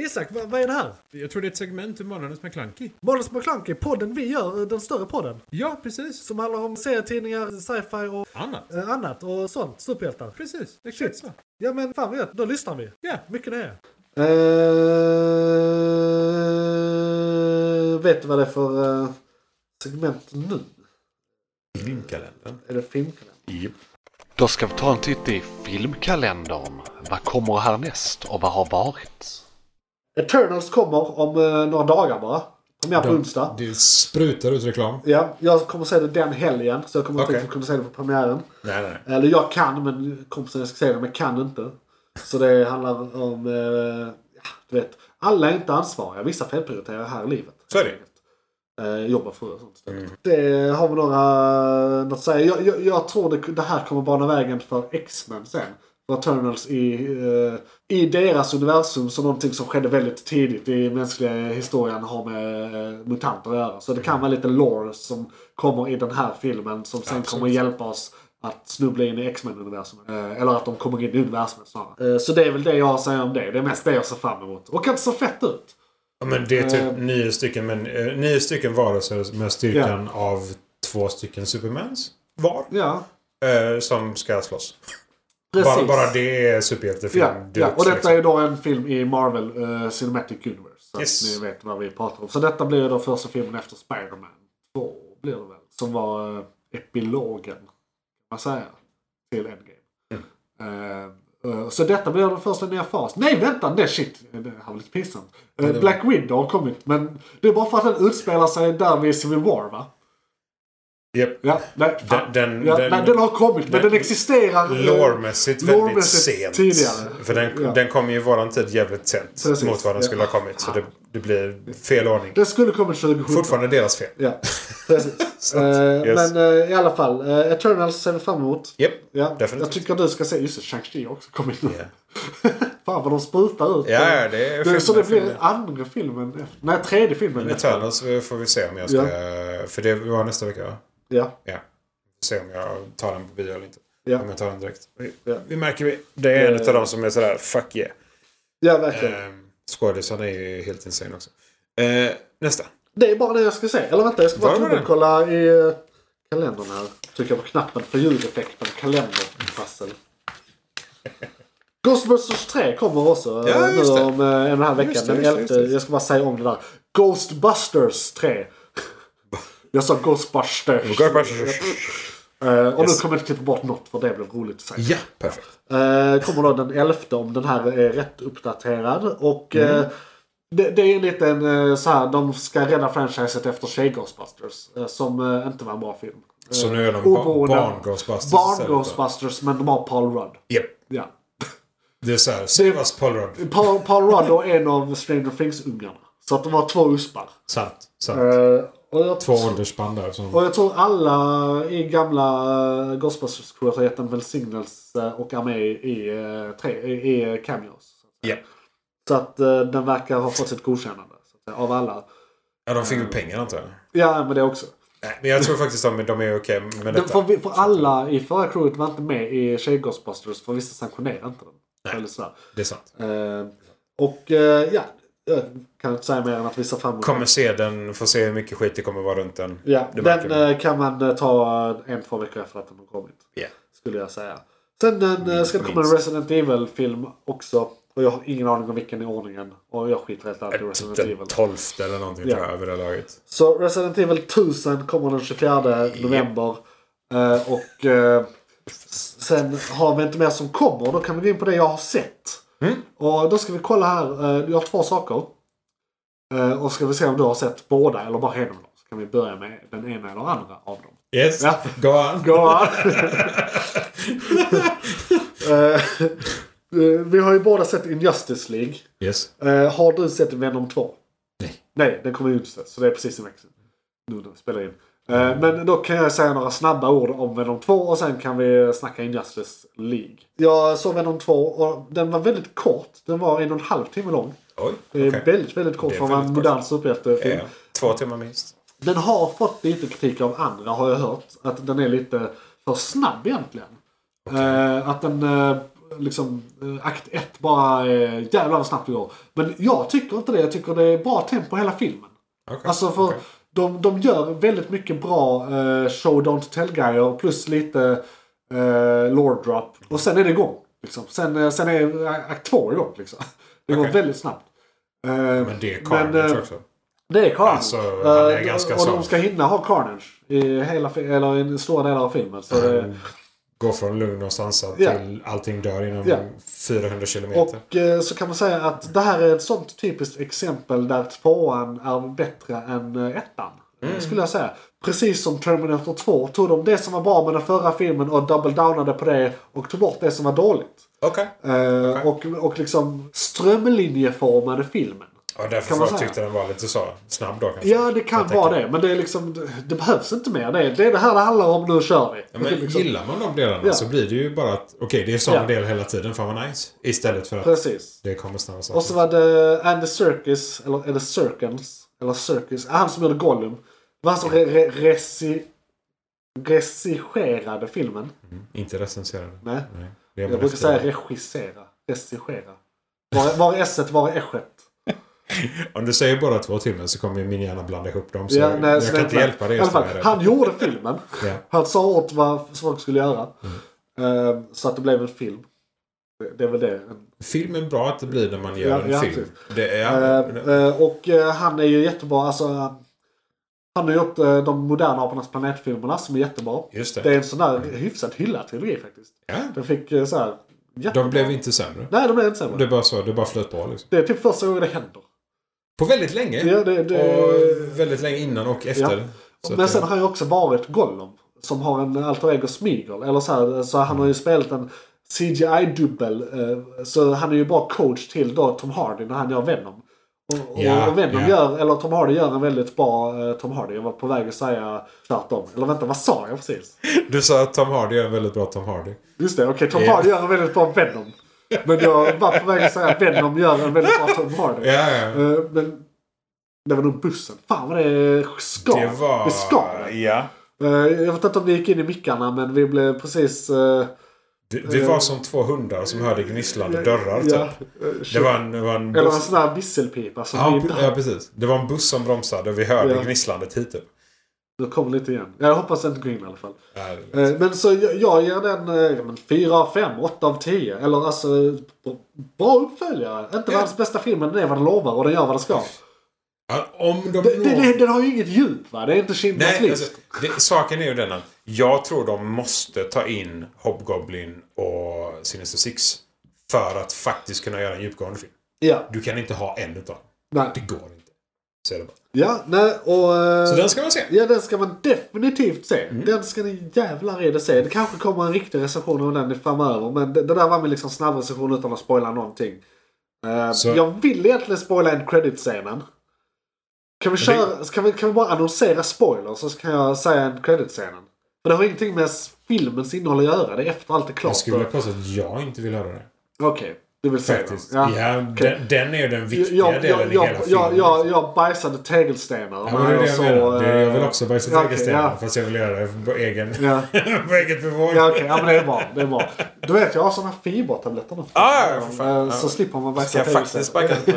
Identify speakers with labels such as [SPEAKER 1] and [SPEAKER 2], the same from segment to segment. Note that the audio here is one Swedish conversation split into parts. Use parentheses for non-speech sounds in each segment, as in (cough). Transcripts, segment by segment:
[SPEAKER 1] Isak, vad, vad är det här?
[SPEAKER 2] Jag tror det är ett segment ur Månadens McKlunky.
[SPEAKER 1] Måns McClunky, podden vi gör, eh, den större podden.
[SPEAKER 2] Ja, precis.
[SPEAKER 1] Som handlar om serietidningar, sci-fi och
[SPEAKER 2] Annat.
[SPEAKER 1] eh, annat och sånt. Superhjältar.
[SPEAKER 2] Precis, exakt så.
[SPEAKER 1] Ja men fan vad gött, då lyssnar vi.
[SPEAKER 2] Ja.
[SPEAKER 1] Mycket nöje. Uh, vet du vad det är för eh, segment nu?
[SPEAKER 3] Filmkalendern.
[SPEAKER 1] Är det filmkalendern?
[SPEAKER 4] Då ska vi ta en titt i filmkalendern. Vad kommer härnäst och vad har varit?
[SPEAKER 1] Eternals kommer om eh, några dagar bara. Premiär på onsdag.
[SPEAKER 2] Det sprutar ut reklam.
[SPEAKER 1] Ja, jag kommer se det den helgen. Så jag kommer
[SPEAKER 3] Okej.
[SPEAKER 1] inte kunna se det på premiären.
[SPEAKER 3] Nej, nej.
[SPEAKER 1] Eller jag kan, men kompisen ska se det, men kan inte. Så det handlar om, eh, ja, du vet. Alla är inte ansvariga. Vissa felprioriterar här i livet.
[SPEAKER 3] Så är det.
[SPEAKER 1] Eh, jobbar för och sånt istället. Det har vi några, något att säga. Jag, jag, jag tror det, det här kommer bana vägen för X-Men sen. För Eternals i, eh, i deras universum som någonting som skedde väldigt tidigt i mänskliga historien har med eh, mutanter att göra. Så det kan vara lite lore som kommer i den här filmen som sen kommer hjälpa oss att snubbla in i X-Men-universumet. Eh, eller att de kommer in i universumet snarare. Eh, så det är väl det jag har att säga om det. Det är mest det jag ser fram emot. Och kan inte så fett ut.
[SPEAKER 2] Ja, men det är typ nio stycken, men, eh, nio stycken varelser med styrkan av två stycken Supermans var.
[SPEAKER 1] Ja,
[SPEAKER 2] Eh, som ska slåss.
[SPEAKER 1] precis.
[SPEAKER 2] Bara, bara det är superhjältefilm.
[SPEAKER 1] Ja, ja.
[SPEAKER 2] deluxe,
[SPEAKER 1] och detta
[SPEAKER 2] liksom.
[SPEAKER 1] är då en film i Marvel eh, Cinematic Universe. Så
[SPEAKER 2] Yes.
[SPEAKER 1] att ni vet vad vi pratar om. Så detta blir ju då första filmen efter Spider-Man 2. Blir det väl, som var eh, epilogen, kan man säga, till Endgame.
[SPEAKER 2] Mm.
[SPEAKER 1] Eh, eh, så detta blir den första nya fasen. Nej vänta, nej shit. Det här var lite pinsamt. Eh, Black Widow har kommit men det är bara för att den utspelar sig där vid Civil War va?
[SPEAKER 2] Japp.
[SPEAKER 1] Ja, nej, fan.
[SPEAKER 2] Den- den-
[SPEAKER 1] ja,
[SPEAKER 2] den-
[SPEAKER 1] nej, den har kommit men
[SPEAKER 2] den-
[SPEAKER 1] den existerar eh,
[SPEAKER 2] Lore-mässigt väldigt
[SPEAKER 1] lore-mässigt
[SPEAKER 2] sent.
[SPEAKER 1] tidigare.
[SPEAKER 2] För den,
[SPEAKER 1] Ja.
[SPEAKER 2] den kom ju i våran tid jävligt sent.
[SPEAKER 1] Precis.
[SPEAKER 2] Mot vad den
[SPEAKER 1] Ja.
[SPEAKER 2] skulle ha kommit. Så det, det blir fel ordning.
[SPEAKER 1] Det skulle kommit 2017.
[SPEAKER 2] Fortfarande deras fel. (laughs)
[SPEAKER 1] Ja, precis.
[SPEAKER 2] Så att,
[SPEAKER 1] Eh,
[SPEAKER 2] yes.
[SPEAKER 1] Men eh, i alla fall, eh, Eternals ser vi fram emot.
[SPEAKER 2] Japp.
[SPEAKER 1] Ja,
[SPEAKER 2] definitivt.
[SPEAKER 1] Jag tycker du ska se, just det, Shang-Chi har också kommit nu.
[SPEAKER 2] Ja.
[SPEAKER 1] (laughs) Fan vad de sprutar ut.
[SPEAKER 2] Ja, ja, det är
[SPEAKER 1] det, Så det
[SPEAKER 2] filmen,
[SPEAKER 1] blir
[SPEAKER 2] filmen.
[SPEAKER 1] andra filmen efter. Nej, tredje filmen efter.
[SPEAKER 2] Eternals eh, får vi se om jag ska... För det var nästa vecka va?
[SPEAKER 1] Ja,
[SPEAKER 2] Ja. Vi får se om jag tar den på bio eller inte.
[SPEAKER 1] Ja.
[SPEAKER 2] Om jag tar den direkt. Vi,
[SPEAKER 1] Ja.
[SPEAKER 2] vi märker vi. Det är en
[SPEAKER 1] Eh.
[SPEAKER 2] av dem som är sådär fuck yeah.
[SPEAKER 1] ja verkligen.
[SPEAKER 2] Ehm, Skådisarna är ju helt insane också. Eh, nästa.
[SPEAKER 1] Det är bara det jag ska se. Eller vänta, jag ska bara
[SPEAKER 2] Var var den?
[SPEAKER 1] dubbelkolla i eh, kalendern här. Trycka på knappen för ljudeffekten.
[SPEAKER 2] (laughs)
[SPEAKER 1] Kalenderprassel. Ghostbusters 3 kommer också
[SPEAKER 2] Ja,
[SPEAKER 1] ja, nu
[SPEAKER 2] just det.
[SPEAKER 1] om eh, en och en halv vecka.
[SPEAKER 2] Just det,
[SPEAKER 1] Den
[SPEAKER 2] just det, just
[SPEAKER 1] 11.
[SPEAKER 2] det.
[SPEAKER 1] Jag ska bara säga om det där. Ghostbusters
[SPEAKER 2] (laughs)
[SPEAKER 1] 3. Jag sa Ghostbusters. Eh, och nu kommer jag inte klippa bort något för det blev roligt att säga.
[SPEAKER 2] Ja, perfekt.
[SPEAKER 1] Eh, kommer då den 11 om den här är rätt uppdaterad. Och
[SPEAKER 2] Mm.
[SPEAKER 1] eh, det, det är en liten eh, så här, de ska rädda franchiset efter Tjej Ghostbusters. Eh, som eh, inte var en bra film. Eh,
[SPEAKER 2] Så nu är de ba-
[SPEAKER 1] oberoende-
[SPEAKER 2] barn-Ghostbusters istället
[SPEAKER 1] Barn
[SPEAKER 2] då?
[SPEAKER 1] Ghostbusters men de har Paul Rudd.
[SPEAKER 2] Japp.
[SPEAKER 1] Ja.
[SPEAKER 2] Det är såhär. Sivas Paul Rudd.
[SPEAKER 1] Paul, Paul Rudd och en av Stranger Things-ungarna. Så att de har två uspar.
[SPEAKER 2] Sant. Sant.
[SPEAKER 1] Eh, och jag,
[SPEAKER 2] Två åldersspann där. Som...
[SPEAKER 1] Och jag tror alla i gamla eh, Ghostbusters-crewet har gett en välsignelse och är med i, eh, tre, i, i cameos.
[SPEAKER 2] Ja.
[SPEAKER 1] Så att eh, den verkar ha fått sitt godkännande. Så att, säga, av alla.
[SPEAKER 2] ja, de fick
[SPEAKER 1] Eh.
[SPEAKER 2] väl pengar antar jag.
[SPEAKER 1] Ja, men det också.
[SPEAKER 2] Nej, men jag tror faktiskt de, de är okej med
[SPEAKER 1] Den,
[SPEAKER 2] detta.
[SPEAKER 1] för, vi- för alla i förra crewet var inte med i Tjej-Ghostbusters för vissa sanktionerade inte den. Eller sådär.
[SPEAKER 2] Det är sant.
[SPEAKER 1] Eh, och eh, ja, jag kan inte säga mer än att vi ser fram emot
[SPEAKER 2] Kommer se den, får se hur mycket skit det kommer vara runt den.
[SPEAKER 1] Ja,
[SPEAKER 2] det
[SPEAKER 1] den
[SPEAKER 2] märker vi.
[SPEAKER 1] eh, kan man eh, ta en, två veckor efter att den har kommit.
[SPEAKER 2] Ja.
[SPEAKER 1] Skulle jag säga. Sen den, eh, ska det komma en
[SPEAKER 2] Mm, minst.
[SPEAKER 1] Resident Evil-film också. Och jag har ingen aning om vilken i ordningen. Och jag skiter helt enkelt i Resident
[SPEAKER 2] Typ
[SPEAKER 1] Evil.
[SPEAKER 2] den 12 eller någonting
[SPEAKER 1] Ja.
[SPEAKER 2] tror jag över det laget.
[SPEAKER 1] Så Resident Evil 1000 kommer den 24 november. Eh, och eh, s- sen har vi inte mer som kommer. Då kan vi gå in på det jag har sett.
[SPEAKER 2] Mm.
[SPEAKER 1] Och då ska vi kolla här. Eh, jag har två saker. Eh, och ska vi se om du har sett båda eller bara en av dem. Så kan vi börja med den ena eller andra av dem.
[SPEAKER 2] Yes,
[SPEAKER 1] Ja.
[SPEAKER 2] go on.
[SPEAKER 1] Go on. (laughs) Eh, eh, vi har ju båda sett Injustice League.
[SPEAKER 2] Yes.
[SPEAKER 1] Eh, har du sett Venom 2?
[SPEAKER 2] Nej.
[SPEAKER 1] Nej, den kommer ju inte så det är precis i växeln. Nu när vi spelar in. Eh, men då kan jag säga några snabba ord om Venom 2 och sen kan vi snacka Injustice League. Jag såg Venom 2 och den var väldigt kort. Den var en och en halv timme lång.
[SPEAKER 2] Oj,
[SPEAKER 1] Det är
[SPEAKER 2] okej.
[SPEAKER 1] väldigt, väldigt kort
[SPEAKER 2] Det är
[SPEAKER 1] för att vara en
[SPEAKER 2] väldigt kort.
[SPEAKER 1] modern superhjältefilm.
[SPEAKER 2] Ja, två timmar minst.
[SPEAKER 1] Den har fått lite kritik av andra har jag hört. Att den är lite för snabb egentligen. Eh, att den eh, liksom, eh, akt 1 bara eh, jävlar vad snabbt det går. Men jag tycker inte det. Jag tycker det är bra tempo i hela filmen.
[SPEAKER 2] Okej,
[SPEAKER 1] Alltså för
[SPEAKER 2] okej.
[SPEAKER 1] de, de gör väldigt mycket bra eh, show don't tell-grejer plus lite eh, lore drop. Och sen är det igång. Liksom. Sen, eh, sen är akt två igång. Liksom. Det går
[SPEAKER 2] Okej.
[SPEAKER 1] väldigt snabbt. Eh,
[SPEAKER 2] Men det är
[SPEAKER 1] men, eh,
[SPEAKER 2] Carnage också.
[SPEAKER 1] det är Carnage.
[SPEAKER 2] Alltså, han är
[SPEAKER 1] Eh,
[SPEAKER 2] ganska
[SPEAKER 1] och
[SPEAKER 2] sån.
[SPEAKER 1] de ska hinna ha Carnage i hela, fi- eller i en stora delar av filmen. Så
[SPEAKER 2] Mm,
[SPEAKER 1] det,
[SPEAKER 2] Gå från lugn och sansad
[SPEAKER 1] eh, Ja.
[SPEAKER 2] till allting dör inom
[SPEAKER 1] Ja.
[SPEAKER 2] 400 kilometer.
[SPEAKER 1] och eh, så kan man säga att det här är ett sånt typiskt exempel där tvåan är bättre än eh, ettan.
[SPEAKER 2] Mm.
[SPEAKER 1] Skulle jag säga. Precis som Terminator 2 tog de det som var bra med den förra filmen och double downade på det och tog bort det som var dåligt.
[SPEAKER 2] Okej.
[SPEAKER 1] Eh,
[SPEAKER 2] Okej.
[SPEAKER 1] och, och liksom strömlinjeformade filmen.
[SPEAKER 2] Och därför
[SPEAKER 1] Kan man
[SPEAKER 2] folk
[SPEAKER 1] säga?
[SPEAKER 2] tyckte den var lite så snabb då kanske.
[SPEAKER 1] Ja, det kan
[SPEAKER 2] Jag tänker-
[SPEAKER 1] vara det. Men det är liksom, det behövs inte mer. Det är det, är det här det handlar om. Nu kör vi.
[SPEAKER 2] Ja, men
[SPEAKER 1] (laughs) Liksom.
[SPEAKER 2] gillar man de delarna
[SPEAKER 1] Ja.
[SPEAKER 2] så blir det ju bara att okej, det är sådana
[SPEAKER 1] Ja.
[SPEAKER 2] delar hela tiden. Fan vad nice. Istället för att
[SPEAKER 1] Precis.
[SPEAKER 2] det kommer snabba saker.
[SPEAKER 1] Och så var det Andy Serkis, eller Andy Serkins, eller Serkis, ah, han som gjorde Gollum. Det var han som re- re- resi- regisserade filmen.
[SPEAKER 2] Inte recensera det.
[SPEAKER 1] Nej,
[SPEAKER 2] Nej. Det är
[SPEAKER 1] jag
[SPEAKER 2] bara
[SPEAKER 1] brukar
[SPEAKER 2] efteråt.
[SPEAKER 1] säga regissera. Regissera. Var, var är S-et, var är s
[SPEAKER 2] Om du säger båda två till mig så kommer ju min hjärna blanda ihop dem. Så
[SPEAKER 1] Ja, nej,
[SPEAKER 2] jag
[SPEAKER 1] så
[SPEAKER 2] kan
[SPEAKER 1] det-
[SPEAKER 2] inte hjälpa det.
[SPEAKER 1] i alla fall,
[SPEAKER 2] så är det.
[SPEAKER 1] han gjorde filmen.
[SPEAKER 2] Ja.
[SPEAKER 1] Han sa åt vad folk skulle göra.
[SPEAKER 2] Mm.
[SPEAKER 1] Ehm, så att det blev en film. Det- Det är väl det. En
[SPEAKER 2] Film är bra att det blir när man gör
[SPEAKER 1] Ja,
[SPEAKER 2] en
[SPEAKER 1] ja,
[SPEAKER 2] film. Det är...
[SPEAKER 1] Eh, eh, och eh, han är ju jättebra. Alltså, eh, han har gjort eh, de moderna Apornas planetfilmerna som är jättebra.
[SPEAKER 2] just det.
[SPEAKER 1] Det är en sån där hyfsat hyllad trilogi faktiskt.
[SPEAKER 2] ja.
[SPEAKER 1] Den fick eh, så här, jättebra.
[SPEAKER 2] De blev inte sämre.
[SPEAKER 1] Nej, de blev inte sämre.
[SPEAKER 2] Det
[SPEAKER 1] Det...
[SPEAKER 2] är bara så. Det bara flöt på liksom.
[SPEAKER 1] är typ första gången det händer.
[SPEAKER 2] På väldigt länge.
[SPEAKER 1] Ja, det, det...
[SPEAKER 2] Och väldigt länge innan och
[SPEAKER 1] Ja.
[SPEAKER 2] efter. Så att
[SPEAKER 1] Men sen
[SPEAKER 2] det-
[SPEAKER 1] har han ju också varit Gollum. Som har en alter ego Smeagol. Eller så, här, så han har ju spelat en CGI-dubbel. eh, Så han är ju bara coach till då Tom Hardy när han gör Venom. Och, och,
[SPEAKER 2] Ja,
[SPEAKER 1] och Venom
[SPEAKER 2] ja.
[SPEAKER 1] gör, eller Tom Hardy gör en väldigt bra eh, Tom Hardy. Jag var på väg att säga tvärtom. Eller vänta, vad sa jag precis?
[SPEAKER 2] Du sa att Tom Hardy är en väldigt bra Tom Hardy.
[SPEAKER 1] Just det, okej Tom
[SPEAKER 2] Ja.
[SPEAKER 1] Hardy gör en väldigt bra Venom. Men jag var på väg att säga att Venom gör en väldigt bra Tom Hardy.
[SPEAKER 2] Ja, ja.
[SPEAKER 1] Eh, Men det var nog bussen. Fan vad det skav.
[SPEAKER 2] Det var...
[SPEAKER 1] Det skav.
[SPEAKER 2] Ja.
[SPEAKER 1] Eh, Jag vet inte om det gick in i mickarna men vi blev precis... eh,
[SPEAKER 2] Vi, vi var som två hundar som hörde gnisslande
[SPEAKER 1] ja,
[SPEAKER 2] dörrar. Typ.
[SPEAKER 1] eh,
[SPEAKER 2] Det var en, det var en
[SPEAKER 1] Eller en
[SPEAKER 2] buss.
[SPEAKER 1] sån här visselpipa som
[SPEAKER 2] Ja,
[SPEAKER 1] vi
[SPEAKER 2] ja, precis. Det var en buss som bromsade och vi hörde
[SPEAKER 1] Ja.
[SPEAKER 2] gnissslandet hit typ.
[SPEAKER 1] Nu kom lite igen. Jag hoppas det inte går in i alla fall.
[SPEAKER 2] Ja,
[SPEAKER 1] Eh, Men så jag, jag ger den eh, ja, men 4 av 5, 8 av 10. Eller alltså, b- bra uppföljare. Inte
[SPEAKER 2] Ja.
[SPEAKER 1] världens bästa film men den är vad den lovar och den gör vad den ska.
[SPEAKER 2] Ja, Om de
[SPEAKER 1] Den,
[SPEAKER 2] når-
[SPEAKER 1] den, den, den har ju inget djup va? Det är inte Schindler's
[SPEAKER 2] Nej,
[SPEAKER 1] list.
[SPEAKER 2] alltså, det, saken är ju den att jag tror de måste ta in Hobgoblin och Sinister Six. För att faktiskt kunna göra en djupgående film.
[SPEAKER 1] Ja,
[SPEAKER 2] Du kan inte ha en utav dem.
[SPEAKER 1] nej.
[SPEAKER 2] Det går inte. Så är det bara.
[SPEAKER 1] Ja, nej och... eh,
[SPEAKER 2] Så den ska man se.
[SPEAKER 1] Ja, den ska man definitivt se. Den ska ni jävlar i det se. Det kanske kommer en riktig recension av den framöver. Men det, det där var min liksom snabb recension utan att spoila någonting. Eh,
[SPEAKER 2] Så-
[SPEAKER 1] Jag vill egentligen spoila en creditscenen. Kan vi, köra, kan, vi, kan vi bara annonsera spoilers så kan jag säga en creditscenen. För det har ingenting med filmens innehåll att göra. Det är efter allt är klart.
[SPEAKER 2] Jag skulle vilja påstå att jag inte vill höra det.
[SPEAKER 1] Okej, du vill säga den.
[SPEAKER 2] Faktiskt. Ja, den, den är ju den viktiga
[SPEAKER 1] Jag,
[SPEAKER 2] delen
[SPEAKER 1] jag,
[SPEAKER 2] i hela
[SPEAKER 1] jag,
[SPEAKER 2] filmen.
[SPEAKER 1] jag, jag, jag bajsade tegelstenar.
[SPEAKER 2] Ja, men det är det jag
[SPEAKER 1] Så,
[SPEAKER 2] menar. Det, jag vill
[SPEAKER 1] eh,
[SPEAKER 2] också bajsa
[SPEAKER 1] okej,
[SPEAKER 2] tegelstenar.
[SPEAKER 1] ja.
[SPEAKER 2] Fast jag vill göra det på (laughs) egen...
[SPEAKER 1] Ja.
[SPEAKER 2] på eget bevåg.
[SPEAKER 1] Ja okej, ja, men det är bra. Det är bra. Du vet, jag har såna fibertabletter nu.
[SPEAKER 2] Ah, Ja, ja, för fan.
[SPEAKER 1] Eh, Så slipper man bajsa
[SPEAKER 2] Ska jag
[SPEAKER 1] till
[SPEAKER 2] faktiskt
[SPEAKER 1] sig.
[SPEAKER 2] bajsa till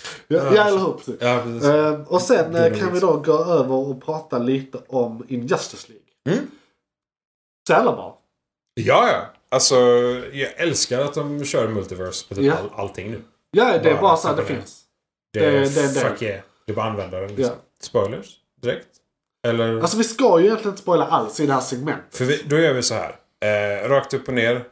[SPEAKER 1] (laughs) ja, ja, eller hur. precis.
[SPEAKER 2] Ja, precis.
[SPEAKER 1] Eh, Och sen eh, kan
[SPEAKER 2] nog
[SPEAKER 1] vi då gå över och prata lite om Injustice League.
[SPEAKER 2] Mm.
[SPEAKER 1] Så jävla bra.
[SPEAKER 2] Ja, ja. Alltså, jag älskar att de kör multiverse på typ
[SPEAKER 1] Ja.
[SPEAKER 2] all, allting nu.
[SPEAKER 1] Ja, det är
[SPEAKER 2] Bara
[SPEAKER 1] bara så att det
[SPEAKER 2] koppla ner.
[SPEAKER 1] finns.
[SPEAKER 2] Det,
[SPEAKER 1] Det-
[SPEAKER 2] är
[SPEAKER 1] det är en del.
[SPEAKER 2] fuck yeah. Det är bara användaren liksom. Spoilers? Direkt? Eller?
[SPEAKER 1] Alltså vi ska ju egentligen inte spoila alls i det här segmentet.
[SPEAKER 2] för vi, då gör vi så här. Eh, rakt upp och ner. Eh,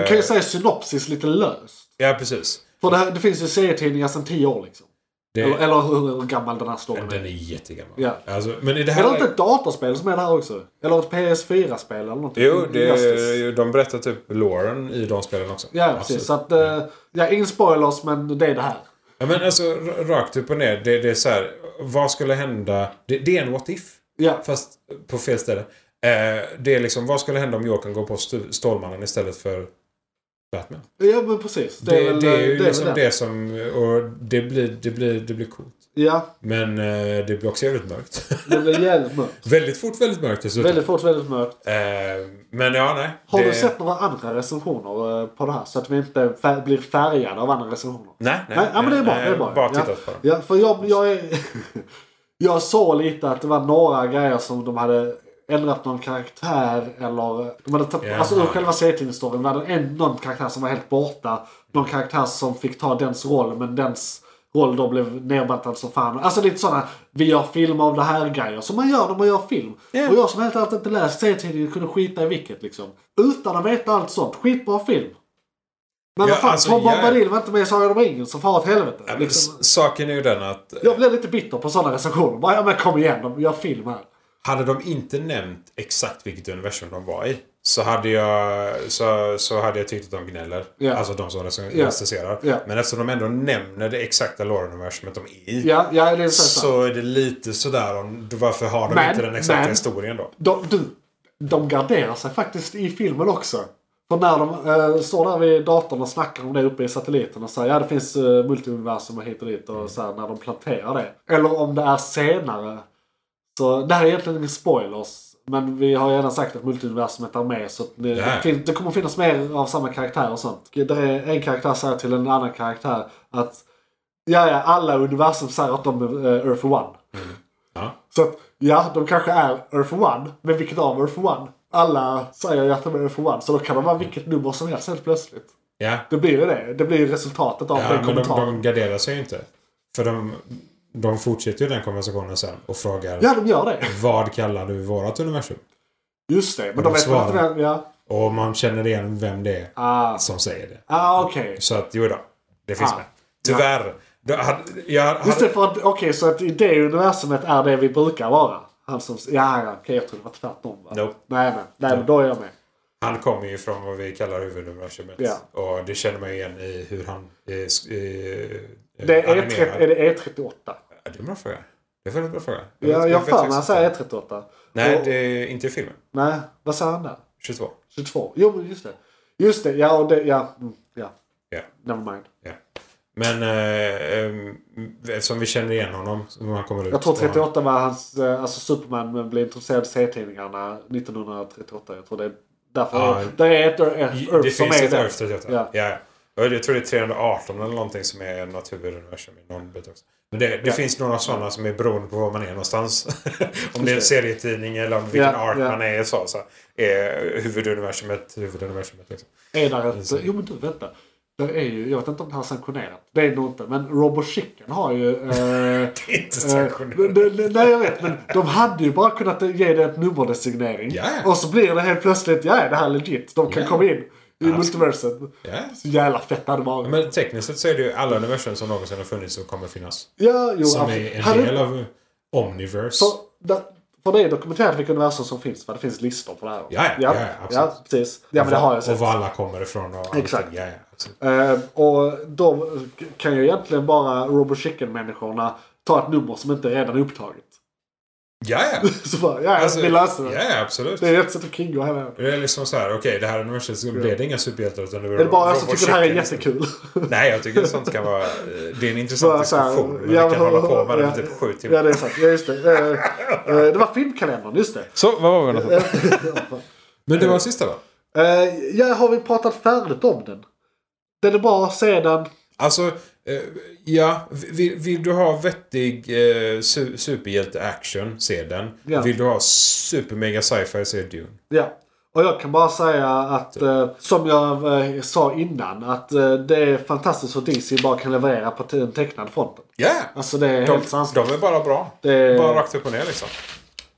[SPEAKER 1] Vi kan ju säga synopsis lite löst.
[SPEAKER 2] Ja, precis.
[SPEAKER 1] För det, här, det finns ju serietidningar sedan 10 år liksom.
[SPEAKER 2] Det,
[SPEAKER 1] Eller, eller hur, hur gammal den här storyn
[SPEAKER 2] den är
[SPEAKER 1] är.
[SPEAKER 2] jättegammal.
[SPEAKER 1] Ja.
[SPEAKER 2] Alltså, men i det
[SPEAKER 1] Är
[SPEAKER 2] här...
[SPEAKER 1] det inte ett datorspel som är det här också? Eller ett PS4-spel eller någonting?
[SPEAKER 2] Jo,
[SPEAKER 1] Injustice.
[SPEAKER 2] det, de berättar typ loren i de spelen också.
[SPEAKER 1] Ja, precis. Så att, eh, ja, ingen spoilers, men det är det här.
[SPEAKER 2] Ja, men alltså r- rakt upp och ner. Det, det är så här. Vad skulle hända? Det, det är en what if.
[SPEAKER 1] Ja,
[SPEAKER 2] Fast på fel ställe. Eh, det är liksom vad skulle hända om Jokern går på Stu- Stålmannen istället för Batman?
[SPEAKER 1] ja men precis.
[SPEAKER 2] Det, det,
[SPEAKER 1] väl, eh,
[SPEAKER 2] är ju
[SPEAKER 1] väl
[SPEAKER 2] liksom det som... Och det blir, det blir, det blir coolt.
[SPEAKER 1] Ja,
[SPEAKER 2] Men eh, det blir också jävligt mörkt. (laughs)
[SPEAKER 1] det blir jävligt mörkt.
[SPEAKER 2] väldigt fort väldigt mörkt dessutom.
[SPEAKER 1] Väldigt fort, väldigt mörkt.
[SPEAKER 2] Eh, men ja, nej.
[SPEAKER 1] Har
[SPEAKER 2] det...
[SPEAKER 1] du sett några andra recensioner eh, på det här? Så att vi inte fär- blir färgade av andra recensioner.
[SPEAKER 2] Nej, nej.
[SPEAKER 1] Nej, ja, men det är bra.
[SPEAKER 2] nej,
[SPEAKER 1] det är bra.
[SPEAKER 2] Bara
[SPEAKER 1] ja.
[SPEAKER 2] tittat på det.
[SPEAKER 1] Ja, för jag, jag, är, (laughs) jag såg lite att det var några grejer som de hade ändrat någon karaktär eller... De hade tagit,
[SPEAKER 2] Jaha.
[SPEAKER 1] alltså ur själva Zetling-storyn var det en, någon karaktär som var helt borta. Någon karaktär som fick ta dens roll men dens roll då blev nerbantad som fan. Alltså lite sådana vi gör film av det här grejer som man gör när man gör film.
[SPEAKER 2] Ja.
[SPEAKER 1] Och jag som helt ärligt inte läst C-tidningen kunde skita i vilket liksom. Utan att veta allt sånt. Skitbra film. Men
[SPEAKER 2] Ja,
[SPEAKER 1] vad fan,
[SPEAKER 2] alltså,
[SPEAKER 1] Tom
[SPEAKER 2] jag-
[SPEAKER 1] Bombadil var inte med i Sagan om ringen så far åt helvete.
[SPEAKER 2] Ja, men
[SPEAKER 1] liksom.
[SPEAKER 2] s- Saken är ju den att
[SPEAKER 1] Jag blir lite bitter på sådana recensioner. Bara, ja men kom igen, de gör film här.
[SPEAKER 2] hade de inte nämnt exakt vilket universum de var i så hade jag, så, så hade jag tyckt att de gnäller.
[SPEAKER 1] Ja.
[SPEAKER 2] Alltså de som recen-
[SPEAKER 1] Ja.
[SPEAKER 2] recenserar.
[SPEAKER 1] Ja.
[SPEAKER 2] Men eftersom de ändå nämner det exakta lore-universumet de är i.
[SPEAKER 1] Ja, ja det är så. så.
[SPEAKER 2] Så är det lite sådär om varför har de
[SPEAKER 1] Men-
[SPEAKER 2] inte den exakta
[SPEAKER 1] men-
[SPEAKER 2] historien då?
[SPEAKER 1] De, du, de garderar sig faktiskt i filmen också. För när de eh, står där vid datorn och snackar om det uppe i satelliten och säger ja det finns eh, multiversum och hit och dit och så här, när de planterar det. Eller om det är senare. Så det här är egentligen ingen spoilers. Men vi har ju redan sagt att multiversumet är med så att det,
[SPEAKER 2] Ja.
[SPEAKER 1] det, fin- det kommer finnas mer av samma karaktär och sånt. Där är en karaktär säger till en annan karaktär att ja, ja alla universum säger att de är eh, Earth One.
[SPEAKER 2] Ja.
[SPEAKER 1] Så att, ja, de kanske är Earth One, men vilket av Earth One? Alla säger ju att de är Earth One, så då kan de vara vilket nummer som helst helt plötsligt.
[SPEAKER 2] Ja,
[SPEAKER 1] Det blir ju det. Det blir ju resultatet av
[SPEAKER 2] ja
[SPEAKER 1] den
[SPEAKER 2] men de,
[SPEAKER 1] kommentaren.
[SPEAKER 2] de garderar sig ju inte. För de, de fortsätter ju den konversationen sen och frågar
[SPEAKER 1] Ja, de gör det.
[SPEAKER 2] vad kallar du vårat universum?
[SPEAKER 1] Just det, men
[SPEAKER 2] de
[SPEAKER 1] de vet
[SPEAKER 2] svarar.
[SPEAKER 1] inte vem... Ja.
[SPEAKER 2] Och man känner igen vem det är
[SPEAKER 1] Ah,
[SPEAKER 2] som säger det.
[SPEAKER 1] ah okej.
[SPEAKER 2] Så att jo då, det finns
[SPEAKER 1] Ah.
[SPEAKER 2] med. Tyvärr. Då hade, jag
[SPEAKER 1] Just
[SPEAKER 2] hade,
[SPEAKER 1] det, för att, okej, så att i det universumet är det vi brukar vara. Han som... Ja, ja, okej, jag trodde det var tvärtom. Va?
[SPEAKER 2] Nope.
[SPEAKER 1] Nej, nej, nej, men då är jag med.
[SPEAKER 2] han kommer ju från vad vi kallar huvuduniversumet.
[SPEAKER 1] Ja.
[SPEAKER 2] Och det känner man ju igen i hur han eh, sk- eh,
[SPEAKER 1] Det är, E30,
[SPEAKER 2] animerar.
[SPEAKER 1] är det E38?
[SPEAKER 2] Ja, Det är en bra fråga. Det är en väldigt bra fråga.
[SPEAKER 1] Ja, jag har för mig att han säger E38.
[SPEAKER 2] Nej,
[SPEAKER 1] Och-
[SPEAKER 2] det är inte i filmen.
[SPEAKER 1] Nej, vad sa han där?
[SPEAKER 2] 22.
[SPEAKER 1] 22. Jo, men just det. Just det, ja och det, ja. Mm, ja.
[SPEAKER 2] Ja.
[SPEAKER 1] Never mind.
[SPEAKER 2] Ja. Men eh, eh, som vi känner igen honom när han kommer ut.
[SPEAKER 1] Jag tror
[SPEAKER 2] och
[SPEAKER 1] 38 var hans, eh, alltså Superman blev introducerad i serietidningarna 1938. Jag tror det är därför.
[SPEAKER 2] Ja.
[SPEAKER 1] det är ett Earth,
[SPEAKER 2] Han,
[SPEAKER 1] Earth
[SPEAKER 2] det
[SPEAKER 1] som
[SPEAKER 2] finns
[SPEAKER 1] är
[SPEAKER 2] ett
[SPEAKER 1] det.
[SPEAKER 2] Earth 38.
[SPEAKER 1] Ja.
[SPEAKER 2] Ja. Ja. Och Jag tror det är 318 eller någonting som är naturuniversum i någon bit också. Men det, det finns några sådana som är beroende på var man är någonstans. (laughs) om det är
[SPEAKER 1] det.
[SPEAKER 2] en serietidning eller om vilken
[SPEAKER 1] Ja,
[SPEAKER 2] ark
[SPEAKER 1] ja.
[SPEAKER 2] man är i så. så är huvuduniversumet huvuduniversumet. Liksom.
[SPEAKER 1] Är där ett, jo men du vänta. Det är ju, jag vet inte om det här är sanktionerat. Det är det nog inte. Men Robo Chicken har ju... Eh,
[SPEAKER 2] (laughs) Det är inte
[SPEAKER 1] Eh,
[SPEAKER 2] sanktionerat.
[SPEAKER 1] men- men- Nej jag vet men de hade ju bara kunnat ge det en nummerdesignering.
[SPEAKER 2] Ja.
[SPEAKER 1] Och så blir det helt plötsligt, ja det här är legit. De kan
[SPEAKER 2] Ja.
[SPEAKER 1] komma in i multiversum.
[SPEAKER 2] Ja.
[SPEAKER 1] Så jävla fett hade det varit.
[SPEAKER 2] Men tekniskt sett så är det ju alla universum som någonsin har funnits och kommer finnas.
[SPEAKER 1] ja, jo,
[SPEAKER 2] Som
[SPEAKER 1] absolut.
[SPEAKER 2] är en
[SPEAKER 1] Hade-
[SPEAKER 2] del av Omniverse.
[SPEAKER 1] för, där- för det är dokumenterat vilka universum som finns va? Det finns listor på det här.
[SPEAKER 2] Ja, ja, ja, ja, absolut.
[SPEAKER 1] ja, precis. Ja men det har jag sett.
[SPEAKER 2] Och var alla kommer ifrån. Och allting.
[SPEAKER 1] Exakt.
[SPEAKER 2] Ja, ja, absolut.
[SPEAKER 1] Eh, och då kan ju egentligen bara Robo Chicken-människorna ta ett nummer som inte redan är upptaget.
[SPEAKER 2] ja, ja.
[SPEAKER 1] Så bara, (laughs) ja, vi löser det.
[SPEAKER 2] Alltså, Ja, ja, absolut.
[SPEAKER 1] Det är ett sätt att kringgå hela...
[SPEAKER 2] Det är liksom så här, okej det här universumet så blev det inga superhjältar utan det var
[SPEAKER 1] Är det bara jag som
[SPEAKER 2] robot-
[SPEAKER 1] tycker det här är
[SPEAKER 2] chicken.
[SPEAKER 1] jättekul?
[SPEAKER 2] Nej, jag tycker sånt kan vara... eh, Det är en intressant
[SPEAKER 1] Bara (laughs) så här,
[SPEAKER 2] diskussion. Men
[SPEAKER 1] ja,
[SPEAKER 2] vi kan
[SPEAKER 1] men-
[SPEAKER 2] hålla på med den
[SPEAKER 1] ja,
[SPEAKER 2] i typ sju timmar.
[SPEAKER 1] Ja, det är sant. Ja, just det. Eh, eh, det var filmkalendern, just det.
[SPEAKER 2] Så, vad var vi någonstans? (laughs)
[SPEAKER 1] Eh,
[SPEAKER 2] Men det var sista va?
[SPEAKER 1] Eh, ja, har vi pratat färdigt om den? Den är bra sedan.
[SPEAKER 2] Alltså, eh, ja. Vill, vill du ha vettig eh, su- superhjälte-action, se den.
[SPEAKER 1] Ja.
[SPEAKER 2] Vill du ha supermega sci-fi, se Dune.
[SPEAKER 1] Ja. Och jag kan bara säga att eh, som jag eh, sa innan att eh, det är fantastiskt hur DC bara kan leverera på te- den tecknade fronten.
[SPEAKER 2] Ja!
[SPEAKER 1] Alltså det är
[SPEAKER 2] De,
[SPEAKER 1] helt sanslöst.
[SPEAKER 2] de är bara bra.
[SPEAKER 1] Det-
[SPEAKER 2] Bara rakt upp och ner liksom.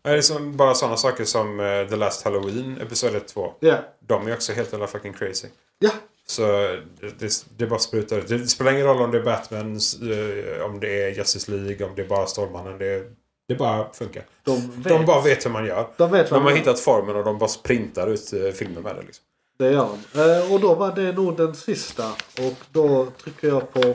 [SPEAKER 2] Det är liksom bara sådana saker som eh, The Last Halloween, episod 1 2.
[SPEAKER 1] Ja.
[SPEAKER 2] De är också helt jävla fucking crazy.
[SPEAKER 1] Ja.
[SPEAKER 2] Så det, det, det bara sprutar ut. Det spelar ingen roll om det är Batman, eh, om det är Justice League, om det är bara Stålmannen. Det, det bara funkar.
[SPEAKER 1] De vet.
[SPEAKER 2] De bara vet hur man gör.
[SPEAKER 1] De vet vad
[SPEAKER 2] de har
[SPEAKER 1] man-
[SPEAKER 2] hittat formen och de bara printar ut eh, filmer med det. Liksom.
[SPEAKER 1] Det gör de. Eh, och då var det nog den sista. Och då trycker jag på